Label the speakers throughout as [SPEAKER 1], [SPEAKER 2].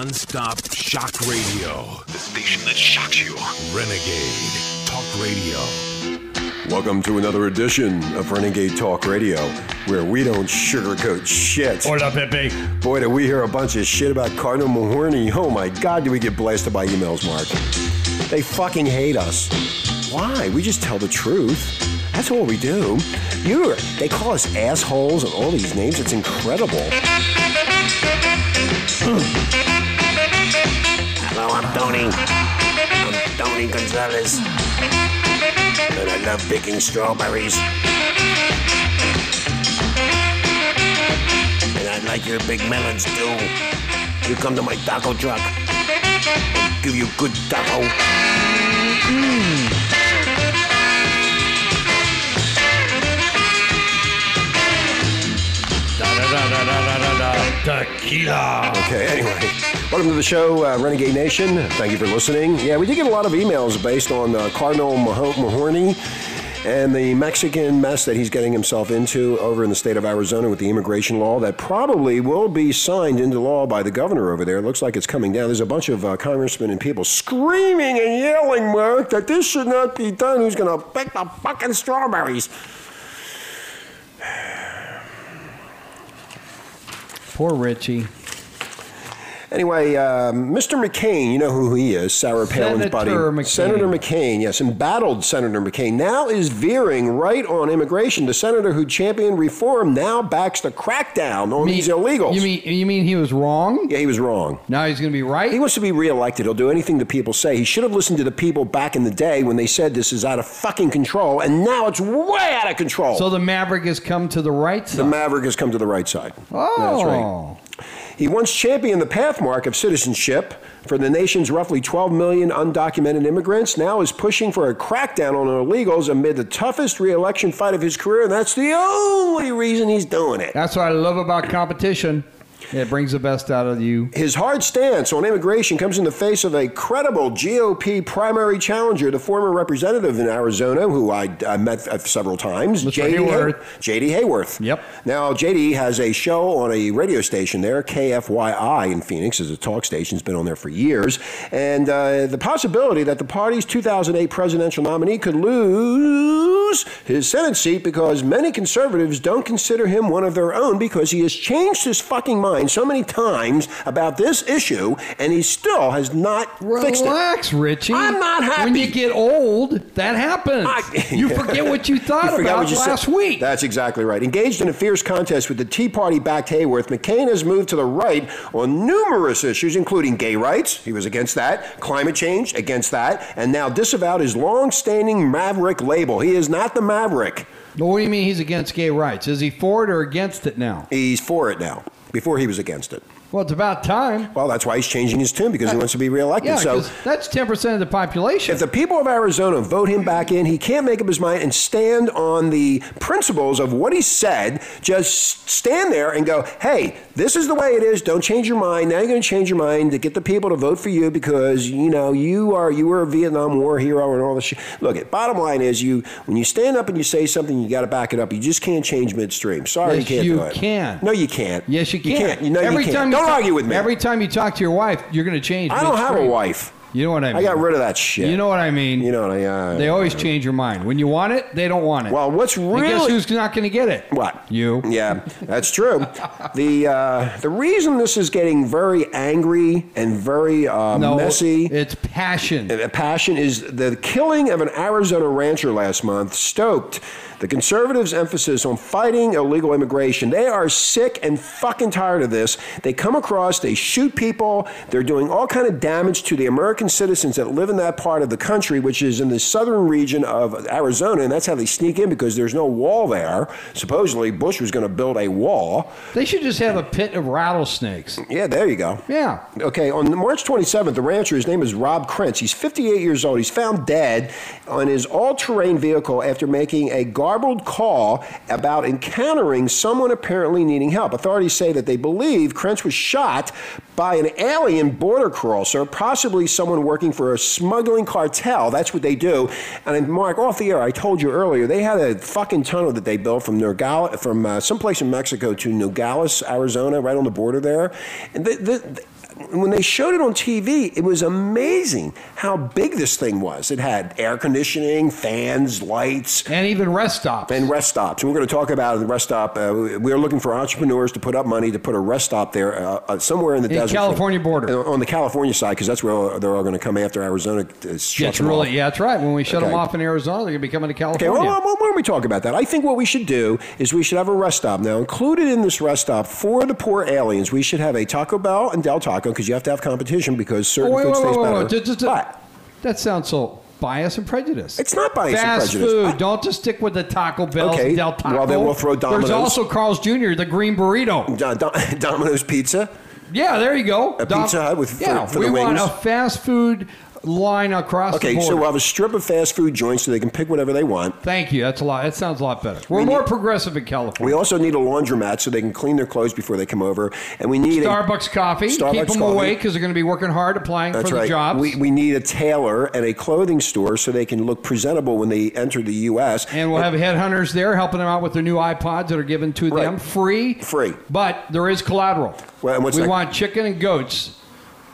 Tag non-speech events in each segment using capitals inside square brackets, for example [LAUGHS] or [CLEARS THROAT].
[SPEAKER 1] Non-stop shock radio.
[SPEAKER 2] The station that shocks you.
[SPEAKER 1] Renegade Talk Radio.
[SPEAKER 3] Welcome to another edition of Renegade Talk Radio, where we don't sugarcoat shit.
[SPEAKER 4] What up, Pepe?
[SPEAKER 3] Boy, do we hear a bunch of shit about Cardinal Mahorny. Oh my God, do we get blasted by emails, Mark? They fucking hate us. Why? We just tell the truth. That's all we do. You're, they call us assholes and all these names. It's incredible.
[SPEAKER 5] Hello, I'm Tony. I'm Tony Gonzalez. And I love picking strawberries. And I like your big melons too. You come to my taco truck. I'll give you good taco.
[SPEAKER 4] Tequila.
[SPEAKER 3] Okay, anyway, welcome to the show, uh, Renegade Nation. Thank you for listening. Yeah, we did get a lot of emails based on uh, Cardinal Maho- Mahorny and the Mexican mess that he's getting himself into over in the state of Arizona with the immigration law that probably will be signed into law by the governor over there. It looks like it's coming down. There's a bunch of uh, congressmen and people screaming and yelling, Mark, that this should not be done. Who's going to pick the fucking strawberries?
[SPEAKER 6] Poor Richie.
[SPEAKER 3] Anyway, um, Mr. McCain, you know who he is, Sarah Palin's
[SPEAKER 6] Senator
[SPEAKER 3] buddy.
[SPEAKER 6] McCain.
[SPEAKER 3] Senator McCain, yes, embattled Senator McCain, now is veering right on immigration. The senator who championed reform now backs the crackdown on these illegals.
[SPEAKER 6] You mean you mean he was wrong?
[SPEAKER 3] yeah, he was wrong.
[SPEAKER 6] Now he's going to be right.
[SPEAKER 3] He wants to be reelected. He'll do anything the people say. He should have listened to the people back in the day when they said this is out of fucking control, and now it's way out of control.
[SPEAKER 6] so the Maverick has come to the right
[SPEAKER 3] the
[SPEAKER 6] side.
[SPEAKER 3] maverick has come to the right side. That's right.
[SPEAKER 6] oh,
[SPEAKER 3] He once championed the pathmark of citizenship for the nation's roughly 12 million undocumented immigrants, now is pushing for a crackdown on illegals amid the toughest reelection fight of his career, and that's the only reason he's doing it.
[SPEAKER 6] that's what I love about competition. It brings the best out of you.
[SPEAKER 3] His hard stance on immigration comes in the face of a credible GOP primary challenger, the former representative in Arizona, who I, I met uh, several times,
[SPEAKER 6] Mr.
[SPEAKER 3] J.D.
[SPEAKER 6] Hayworth.
[SPEAKER 3] Hay- J.D. Hayworth.
[SPEAKER 6] Yep.
[SPEAKER 3] Now, J.D. has a show on a radio station there, KFYI in Phoenix, is a talk station. It's been on there for years. And uh, the possibility that the party's 2008 presidential nominee could lose his Senate seat because many conservatives don't consider him one of their own because he has changed his fucking mind so many times about this issue, and he still has not fixed it.
[SPEAKER 6] Relax, Richie.
[SPEAKER 3] I'm not happy.
[SPEAKER 6] When you get old, that happens.
[SPEAKER 3] [LAUGHS] I-
[SPEAKER 6] [LAUGHS] you forget what you
[SPEAKER 3] You
[SPEAKER 6] thought
[SPEAKER 3] forgot
[SPEAKER 6] about
[SPEAKER 3] what you said.
[SPEAKER 6] last week.
[SPEAKER 3] That's exactly right. Engaged in a fierce contest with the Tea Party backed Hayworth, McCain has moved to the right on numerous issues, including gay rights. He was against that, climate change, against that, and now disavowed his long standing Maverick label. He is not the Maverick.
[SPEAKER 6] Well, what do you mean he's against gay rights? Is he for it or against it now?
[SPEAKER 3] He's for it now. Before he was against it.
[SPEAKER 6] Well, it's about time.
[SPEAKER 3] Well, that's why he's changing his tune because he wants to be reelected.
[SPEAKER 6] Yeah,
[SPEAKER 3] so
[SPEAKER 6] 'cause that's ten percent of the population.
[SPEAKER 3] If the people of Arizona vote him back in, he can't make up his mind and stand on the principles of what he said. Just stand there and go, hey, this is the way it is. Don't change your mind. Now you're going to change your mind to get the people to vote for you because, you know, you are you were a Vietnam War hero and all this shit. Look, it, bottom line is you when you stand up and you say something, you got to back it up. You just can't change midstream. Sorry,
[SPEAKER 6] Yes,
[SPEAKER 3] you can't
[SPEAKER 6] you
[SPEAKER 3] do it.
[SPEAKER 6] can.
[SPEAKER 3] No, you can't.
[SPEAKER 6] Yes, you can.
[SPEAKER 3] You can't. You know you can't.
[SPEAKER 6] Time
[SPEAKER 3] Don't
[SPEAKER 6] ta-
[SPEAKER 3] argue with me.
[SPEAKER 6] Every time you talk to your wife, you're going to change.
[SPEAKER 3] I don't have a
[SPEAKER 6] midstream.
[SPEAKER 3] wife.
[SPEAKER 6] You know what I mean?
[SPEAKER 3] I got rid of that shit.
[SPEAKER 6] You know what I mean?
[SPEAKER 3] You know what I? Uh,
[SPEAKER 6] They always change your mind. When you want it, they don't want it.
[SPEAKER 3] Well, what's
[SPEAKER 6] And guess
[SPEAKER 3] really-
[SPEAKER 6] who's not going to get it?
[SPEAKER 3] What?
[SPEAKER 6] You.
[SPEAKER 3] Yeah, that's true. the uh, The reason this is getting very angry and very uh,
[SPEAKER 6] No,
[SPEAKER 3] messy.
[SPEAKER 6] It's passion.
[SPEAKER 3] and passion is the killing of an Arizona rancher last month stoked the conservatives' emphasis on fighting illegal immigration. They are sick and fucking tired of this. They come across, they shoot people, they're doing all kind of damage to the American citizens that live in that part of the country, which is in the southern region of Arizona, and that's how they sneak in because there's no wall there. Supposedly, Bush was going to build a wall.
[SPEAKER 6] They should just have a pit of rattlesnakes.
[SPEAKER 3] Yeah, there you go.
[SPEAKER 6] Yeah.
[SPEAKER 3] Okay, on March 27th, the rancher, his name is Rob Krentz. He's 58 years old. He's found dead on his all terrain vehicle after making a garbled call about encountering someone apparently needing help. Authorities say that they believe Krentz was shot by an alien border crosser, possibly someone working for a smuggling cartel. That's what they do. And then, Mark, off the air, I told you earlier, they had a fucking tunnel that they built from Nogales, from uh, someplace in Mexico to Nogales, Arizona, right on the border there. And the, the, when they showed it on TV, it was amazing how big this thing was. It had air conditioning, fans, lights,
[SPEAKER 6] and even rest stops.
[SPEAKER 3] and rest stops. We're going to talk about the rest stop. Uh, we- we're looking for entrepreneurs to put up money to put a rest stop there uh, uh, somewhere in the
[SPEAKER 6] In
[SPEAKER 3] desert.
[SPEAKER 6] California border.
[SPEAKER 3] Uh, On the California side, because that's where all- they're all going to come after Arizona. To shut
[SPEAKER 6] It's
[SPEAKER 3] them
[SPEAKER 6] really,
[SPEAKER 3] off.
[SPEAKER 6] yeah, that's right. When we shut
[SPEAKER 3] Okay.
[SPEAKER 6] them off in Arizona, they're going to be coming to
[SPEAKER 3] Okay, well,
[SPEAKER 6] California.
[SPEAKER 3] well, why don't we talk about that? I think what we should do is we should have a rest stop. Now, included in this rest stop for the poor aliens, we should have a Taco Bell and Del Taco because you have to have competition because certain
[SPEAKER 6] wait,
[SPEAKER 3] food
[SPEAKER 6] wait,
[SPEAKER 3] stays
[SPEAKER 6] wait, wait,
[SPEAKER 3] better.
[SPEAKER 6] wait. Just- just-
[SPEAKER 3] but
[SPEAKER 6] that sounds so bias and prejudice.
[SPEAKER 3] it's not bias and
[SPEAKER 6] Fast
[SPEAKER 3] prejudice.
[SPEAKER 6] food.
[SPEAKER 3] I-
[SPEAKER 6] Don't just stick with the Taco Bell
[SPEAKER 3] Okay,
[SPEAKER 6] and Del Taco.
[SPEAKER 3] well, then we'll throw Domino's.
[SPEAKER 6] There's also Carl's Jr., the green burrito.
[SPEAKER 3] Don- [LAUGHS] Don- Domino's Pizza.
[SPEAKER 6] Yeah, there you go.
[SPEAKER 3] A Pizza Hut with- for-
[SPEAKER 6] yeah,
[SPEAKER 3] for
[SPEAKER 6] we
[SPEAKER 3] the
[SPEAKER 6] want
[SPEAKER 3] wings.
[SPEAKER 6] a fast food line across the
[SPEAKER 3] Okay,
[SPEAKER 6] border.
[SPEAKER 3] so um, we'll have a strip of fast food joints so they can pick whatever they want.
[SPEAKER 6] Thank you. That's a lot. That sounds a lot better. We're more progressive in California.
[SPEAKER 3] We also need a laundromat so they can clean their clothes before they come over, and we need
[SPEAKER 6] Starbucks coffee.
[SPEAKER 3] Starbucks
[SPEAKER 6] Keep them
[SPEAKER 3] coffee.
[SPEAKER 6] awake because they're going to be working hard applying
[SPEAKER 3] A, that's
[SPEAKER 6] for the
[SPEAKER 3] right.
[SPEAKER 6] jobs.
[SPEAKER 3] We, we need a tailor and a clothing store so they can look presentable when they enter the U.S.
[SPEAKER 6] and we'll have headhunters there helping them out with their new iPods that are given to
[SPEAKER 3] Right.
[SPEAKER 6] them free.
[SPEAKER 3] Free.
[SPEAKER 6] But there is collateral.
[SPEAKER 3] Well, and what's
[SPEAKER 6] we
[SPEAKER 3] that-
[SPEAKER 6] want chicken and goats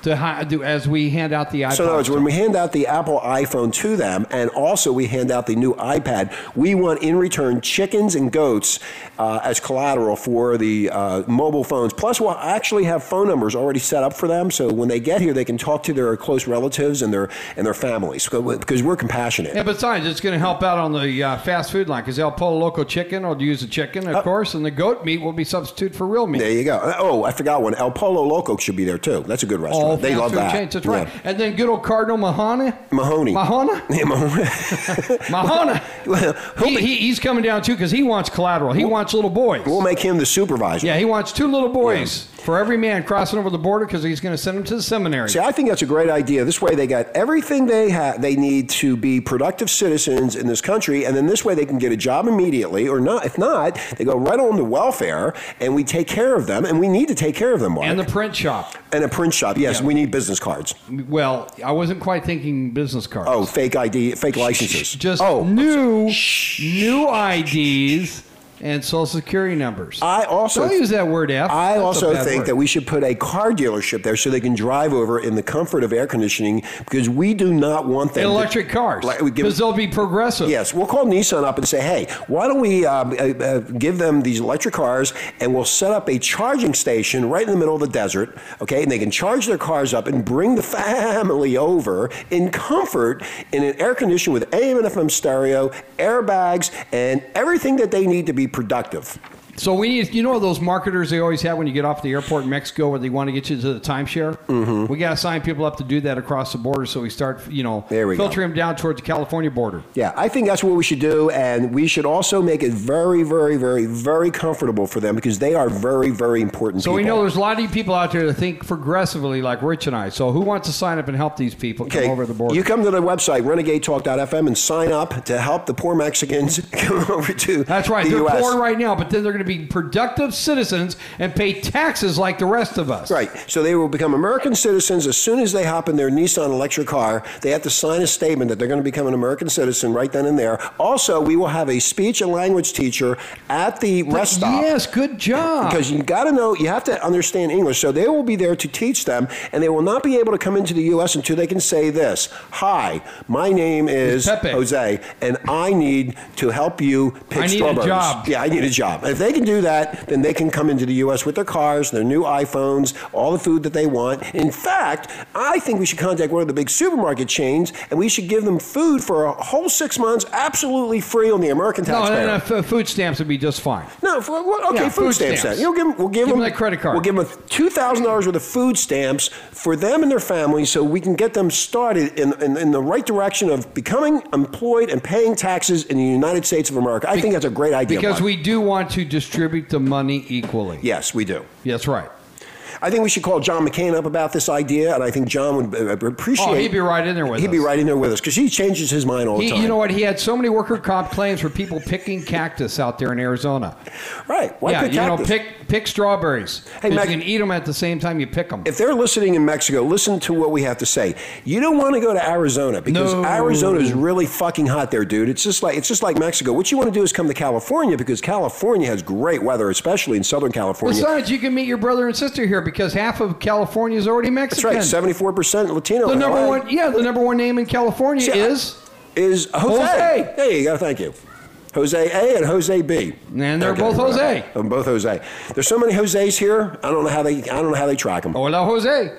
[SPEAKER 6] to hi- do as we hand out the iPods.
[SPEAKER 3] So, in other words, when we hand out the Apple iPhone to them, and also we hand out the new iPad, we want in return chickens and goats uh, as collateral for the uh, mobile phones. Plus, we'll actually have phone numbers already set up for them, so when they get here, they can talk to their close relatives and their and their families So- because we're compassionate.
[SPEAKER 6] yeah, besides, it's going to help out on the uh, fast food line because they'll pull a local chicken or use a chicken,
[SPEAKER 3] Uh,
[SPEAKER 6] of course, and the goat meat will be substitute for real meat.
[SPEAKER 3] There you go. Uh, Oh, I forgot one. El Polo Loco should be there too. That's a good restaurant.
[SPEAKER 6] All
[SPEAKER 3] they
[SPEAKER 6] fast
[SPEAKER 3] love
[SPEAKER 6] food
[SPEAKER 3] that.
[SPEAKER 6] chains, That's right.
[SPEAKER 3] Yeah.
[SPEAKER 6] And then good old
[SPEAKER 3] [LAUGHS]
[SPEAKER 6] Cardinal Mahana.
[SPEAKER 3] Mahoney.
[SPEAKER 6] Mahana?
[SPEAKER 3] Yeah,
[SPEAKER 6] [LAUGHS]
[SPEAKER 3] Mahoney.
[SPEAKER 6] Mahana.
[SPEAKER 3] [LAUGHS] Well, he'll
[SPEAKER 6] he,
[SPEAKER 3] be-
[SPEAKER 6] he, he's coming down too because he wants collateral. He wants little boys.
[SPEAKER 3] we'll make him the supervisor.
[SPEAKER 6] yeah, he wants two little boys for every man crossing over the border because he's going to send them to the seminary.
[SPEAKER 3] See, I think that's a great idea. This way, they got everything they ha- they need to be productive citizens in this country, and then this way they can get a job immediately, or not. If not, they go right on to welfare, and we take care of them, and we need to take care of them. Mark.
[SPEAKER 6] and the print shop.
[SPEAKER 3] And a print shop. Yes,
[SPEAKER 6] Yeah.
[SPEAKER 3] we need business cards.
[SPEAKER 6] Well, I wasn't quite thinking business cards.
[SPEAKER 3] Oh, fake ID, fake licenses.
[SPEAKER 6] just
[SPEAKER 3] oh,
[SPEAKER 6] new new IDs and social security numbers.
[SPEAKER 3] I also
[SPEAKER 6] Don't use that word F.
[SPEAKER 3] I
[SPEAKER 6] That's a
[SPEAKER 3] also
[SPEAKER 6] bad
[SPEAKER 3] think
[SPEAKER 6] word.
[SPEAKER 3] that we should put a car dealership there so they can drive over in the comfort of air conditioning because we do not want them to-
[SPEAKER 6] electric cars
[SPEAKER 3] Like, we give-
[SPEAKER 6] because they'll be progressive.
[SPEAKER 3] Yes, we'll call Nissan up and say, hey, why don't we um, uh, uh, give them these electric cars and we'll set up a charging station right in the middle of the desert, okay? And they can charge their cars up and bring the [LAUGHS] family over in comfort in an air condition with AM and FM stereo, airbags, and everything that they need to be productive.
[SPEAKER 6] So we need, you know, those marketers they always have when you get off the airport in Mexico, where they want to get you to the timeshare. Mm-hmm. We got to sign people up to do that across the border, so we start, you know,
[SPEAKER 3] There we go.
[SPEAKER 6] filtering them down towards the California border.
[SPEAKER 3] Yeah, I think that's what we should do, and we should also make it very, very, very, very comfortable for them because they are very, very important.
[SPEAKER 6] So we
[SPEAKER 3] people.
[SPEAKER 6] know there's a lot of people out there that think progressively, like Rich and I. So who wants to sign up and help these people come over the border?
[SPEAKER 3] You come to the website renegadetalk.fm and sign up to help the poor Mexicans [LAUGHS] come over to
[SPEAKER 6] That's right.
[SPEAKER 3] the
[SPEAKER 6] they're
[SPEAKER 3] US.
[SPEAKER 6] poor right now, but then they're going to be productive citizens and pay taxes like the rest of us.
[SPEAKER 3] Right. So they will become American citizens as soon as they hop in their Nissan electric car. They have to sign a statement that they're going to become an American citizen right then and there. Also, we will have a speech and language teacher at the rest stop.
[SPEAKER 6] Yes, good job.
[SPEAKER 3] Because you got to know, you have to understand English. So they will be there to teach them, and they will not be able to come into the U.S. until they can say this: "Hi, my name is
[SPEAKER 6] Pepe.
[SPEAKER 3] Jose, and I need to help you pick
[SPEAKER 6] I need a
[SPEAKER 3] strawberries."
[SPEAKER 6] job.
[SPEAKER 3] Yeah, I need a job. If they can do that, then they can come into the U.S. with their cars, their new iPhones, all the food that they want. In fact, I think we should contact one of the big supermarket chains, and we should give them food for a whole six months, absolutely free on the American
[SPEAKER 6] no,
[SPEAKER 3] taxpayer.
[SPEAKER 6] no, no, f- food stamps would be just fine.
[SPEAKER 3] No, for, well, okay,
[SPEAKER 6] Yeah,
[SPEAKER 3] food,
[SPEAKER 6] food
[SPEAKER 3] stamps.
[SPEAKER 6] stamps.
[SPEAKER 3] then. You'll give 'em- we'll give,
[SPEAKER 6] Give 'em
[SPEAKER 3] them
[SPEAKER 6] that credit card.
[SPEAKER 3] We'll give them two thousand dollars worth of food stamps for them and their families, so we can get them started in, in, in the right direction of becoming employed and paying taxes in the United States of America. I think that's a great idea.
[SPEAKER 6] Because
[SPEAKER 3] Mark.
[SPEAKER 6] we do want to distribute the money equally.
[SPEAKER 3] yes, we do.
[SPEAKER 6] That's right.
[SPEAKER 3] I think we should call John McCain up about this idea, and I think John would uh, appreciate.
[SPEAKER 6] Oh, he'd be right in there with
[SPEAKER 3] He'd be
[SPEAKER 6] us.
[SPEAKER 3] right in there with us because he changes his mind all the
[SPEAKER 6] He,
[SPEAKER 3] time.
[SPEAKER 6] you know what? He had so many worker comp claims for people picking cactus out there in Arizona.
[SPEAKER 3] right? Why
[SPEAKER 6] yeah,
[SPEAKER 3] pick
[SPEAKER 6] you
[SPEAKER 3] cactus?
[SPEAKER 6] know, pick pick strawberries.
[SPEAKER 3] Hey,
[SPEAKER 6] 'Cause
[SPEAKER 3] Mac-
[SPEAKER 6] you can eat them at the same time you pick them.
[SPEAKER 3] if they're listening in Mexico, listen to what we have to say. You don't want to go to Arizona because
[SPEAKER 6] No.
[SPEAKER 3] Arizona is really fucking hot there, dude. It's just like it's just like Mexico. What you want to do is come to California because California has great weather, especially in Southern California.
[SPEAKER 6] Besides, you can meet your brother and sister here because half of California is already
[SPEAKER 3] That's
[SPEAKER 6] Mexican.
[SPEAKER 3] right. Seventy-four percent Latino.
[SPEAKER 6] The
[SPEAKER 3] in
[SPEAKER 6] number
[SPEAKER 3] LA
[SPEAKER 6] one, yeah, the number one name in California
[SPEAKER 3] See, I-
[SPEAKER 6] is,
[SPEAKER 3] is Jose.
[SPEAKER 6] Jose.
[SPEAKER 3] There you go. Thank you. Jose A and Jose B.
[SPEAKER 6] And they're both
[SPEAKER 3] right.
[SPEAKER 6] Jose.
[SPEAKER 3] I'm both Jose. There's so many Jose's here. I don't know how they. I don't know how they track them.
[SPEAKER 6] hola Jose.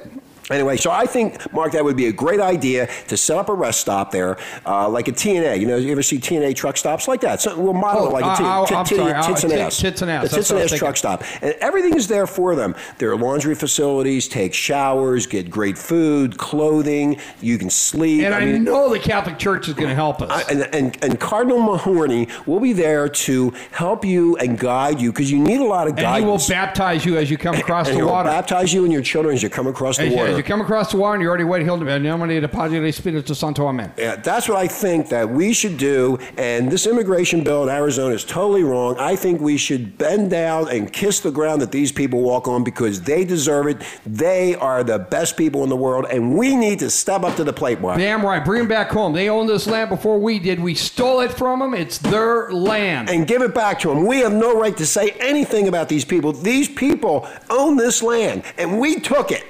[SPEAKER 3] Anyway, so I think, Mark, that would be a great idea to set up a rest stop there, uh, like a TNA. You know, you ever see TNA truck stops like that? Something, we'll model
[SPEAKER 6] Oh,
[SPEAKER 3] it like
[SPEAKER 6] I-
[SPEAKER 3] a T-
[SPEAKER 6] I-
[SPEAKER 3] tit-
[SPEAKER 6] I'm
[SPEAKER 3] titty-
[SPEAKER 6] sorry, I-
[SPEAKER 3] tits and
[SPEAKER 6] tit-
[SPEAKER 3] ass.
[SPEAKER 6] tits and ass,
[SPEAKER 3] A
[SPEAKER 6] that's
[SPEAKER 3] tits
[SPEAKER 6] what
[SPEAKER 3] and
[SPEAKER 6] I
[SPEAKER 3] ass
[SPEAKER 6] was
[SPEAKER 3] truck stop. And everything is there for them. There are laundry facilities, take showers, get great food, clothing. You can sleep.
[SPEAKER 6] And I,
[SPEAKER 3] mean,
[SPEAKER 6] know the Catholic Church is going to help us.
[SPEAKER 3] I- and, and, and Cardinal Mahorny will be there to help you and guide you because you need a lot of
[SPEAKER 6] and he will
[SPEAKER 3] guidance.
[SPEAKER 6] baptize you as
[SPEAKER 3] [LAUGHS]
[SPEAKER 6] you come across
[SPEAKER 3] and
[SPEAKER 6] the
[SPEAKER 3] he'll
[SPEAKER 6] water.
[SPEAKER 3] baptize you and your children as you come across the
[SPEAKER 6] As you,
[SPEAKER 3] water.
[SPEAKER 6] as you come across the water and you're already wet, he'll in nomine de Padre et Spiritus Santo Amen.
[SPEAKER 3] Yeah, that's what I think that we should do. And this immigration bill in Arizona is totally wrong. I think we should bend down and kiss the ground that these people walk on because they deserve it. They are the best people in the world, and we need to step up to the plate, Mark.
[SPEAKER 6] Damn right, bring them back home. They owned this land before we did. We stole it from them. It's their land.
[SPEAKER 3] And give it back to them. We have no right to say anything about these people. These people own this land, and we took it.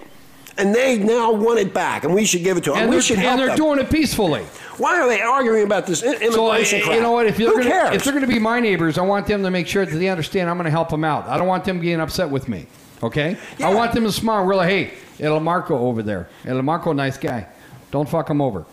[SPEAKER 3] And they now want it back, and we should give it to them.
[SPEAKER 6] And
[SPEAKER 3] we
[SPEAKER 6] they're,
[SPEAKER 3] should help
[SPEAKER 6] and they're
[SPEAKER 3] them.
[SPEAKER 6] doing it peacefully.
[SPEAKER 3] Why are they arguing about this i-
[SPEAKER 6] So I-
[SPEAKER 3] immigration crap?
[SPEAKER 6] you know what? If
[SPEAKER 3] Who
[SPEAKER 6] they're gonna,
[SPEAKER 3] cares?
[SPEAKER 6] if they're going to be my neighbors, I want them to make sure that they understand I'm going to help them out. I don't want them getting upset with me. Okay? I
[SPEAKER 3] Yeah.
[SPEAKER 6] want them to smile. and Realize, hey, El Marco over there. El Marco, nice guy. Don't fuck him over.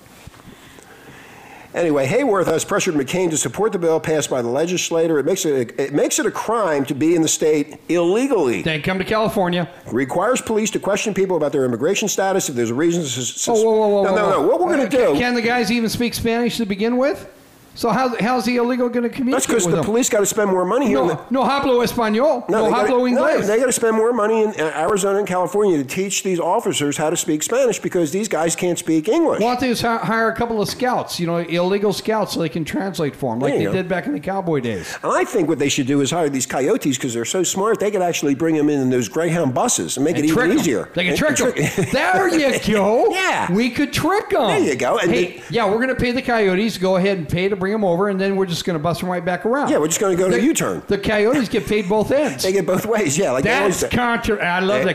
[SPEAKER 3] Anyway, Hayworth has pressured McCain to support the bill passed by the legislator. It makes it it makes it a crime to be in the state illegally.
[SPEAKER 6] Then come to California. Oh,
[SPEAKER 3] Requires police to question people about their immigration status if there's a reason to. Sus-
[SPEAKER 6] Oh, whoa, whoa, whoa,
[SPEAKER 3] no,
[SPEAKER 6] whoa,
[SPEAKER 3] no,
[SPEAKER 6] whoa.
[SPEAKER 3] no. What we're going to
[SPEAKER 6] Uh,
[SPEAKER 3] do?
[SPEAKER 6] Can the guys even speak Spanish to begin with? So how, how's the illegal going to communicate
[SPEAKER 3] that's because
[SPEAKER 6] with
[SPEAKER 3] the
[SPEAKER 6] them?
[SPEAKER 3] police got to spend more money here.
[SPEAKER 6] No,
[SPEAKER 3] in the-
[SPEAKER 6] no hablo español. No,
[SPEAKER 3] they
[SPEAKER 6] hablo
[SPEAKER 3] gotta,
[SPEAKER 6] inglés.
[SPEAKER 3] they got to spend more money in uh, Arizona and California to teach these officers how to speak Spanish because these guys can't speak English.
[SPEAKER 6] Why don't they just hi- hire a couple of scouts, you know, illegal scouts, so they can translate for them, like
[SPEAKER 3] There
[SPEAKER 6] they
[SPEAKER 3] you go.
[SPEAKER 6] did back in the cowboy days.
[SPEAKER 3] And I think what they should do is hire these coyotes because they're so smart. They could actually bring them in in those Greyhound buses and make
[SPEAKER 6] And
[SPEAKER 3] it even
[SPEAKER 6] trick 'em.
[SPEAKER 3] easier.
[SPEAKER 6] They can
[SPEAKER 3] And-
[SPEAKER 6] trick
[SPEAKER 3] and
[SPEAKER 6] them.
[SPEAKER 3] [LAUGHS]
[SPEAKER 6] there you go.
[SPEAKER 3] Yeah.
[SPEAKER 6] We could trick them.
[SPEAKER 3] There you go. And
[SPEAKER 6] hey,
[SPEAKER 3] the-
[SPEAKER 6] yeah, we're going to pay the coyotes. Go ahead and pay to bring them over, and then we're just going to bust them right back around.
[SPEAKER 3] Yeah, we're just gonna go to
[SPEAKER 6] the
[SPEAKER 3] a U-turn.
[SPEAKER 6] The coyotes get paid both
[SPEAKER 3] [LAUGHS]
[SPEAKER 6] ends.
[SPEAKER 3] They get both ways. Yeah, like they always
[SPEAKER 6] That's
[SPEAKER 3] do.
[SPEAKER 6] contra. I love
[SPEAKER 3] Hey,
[SPEAKER 6] the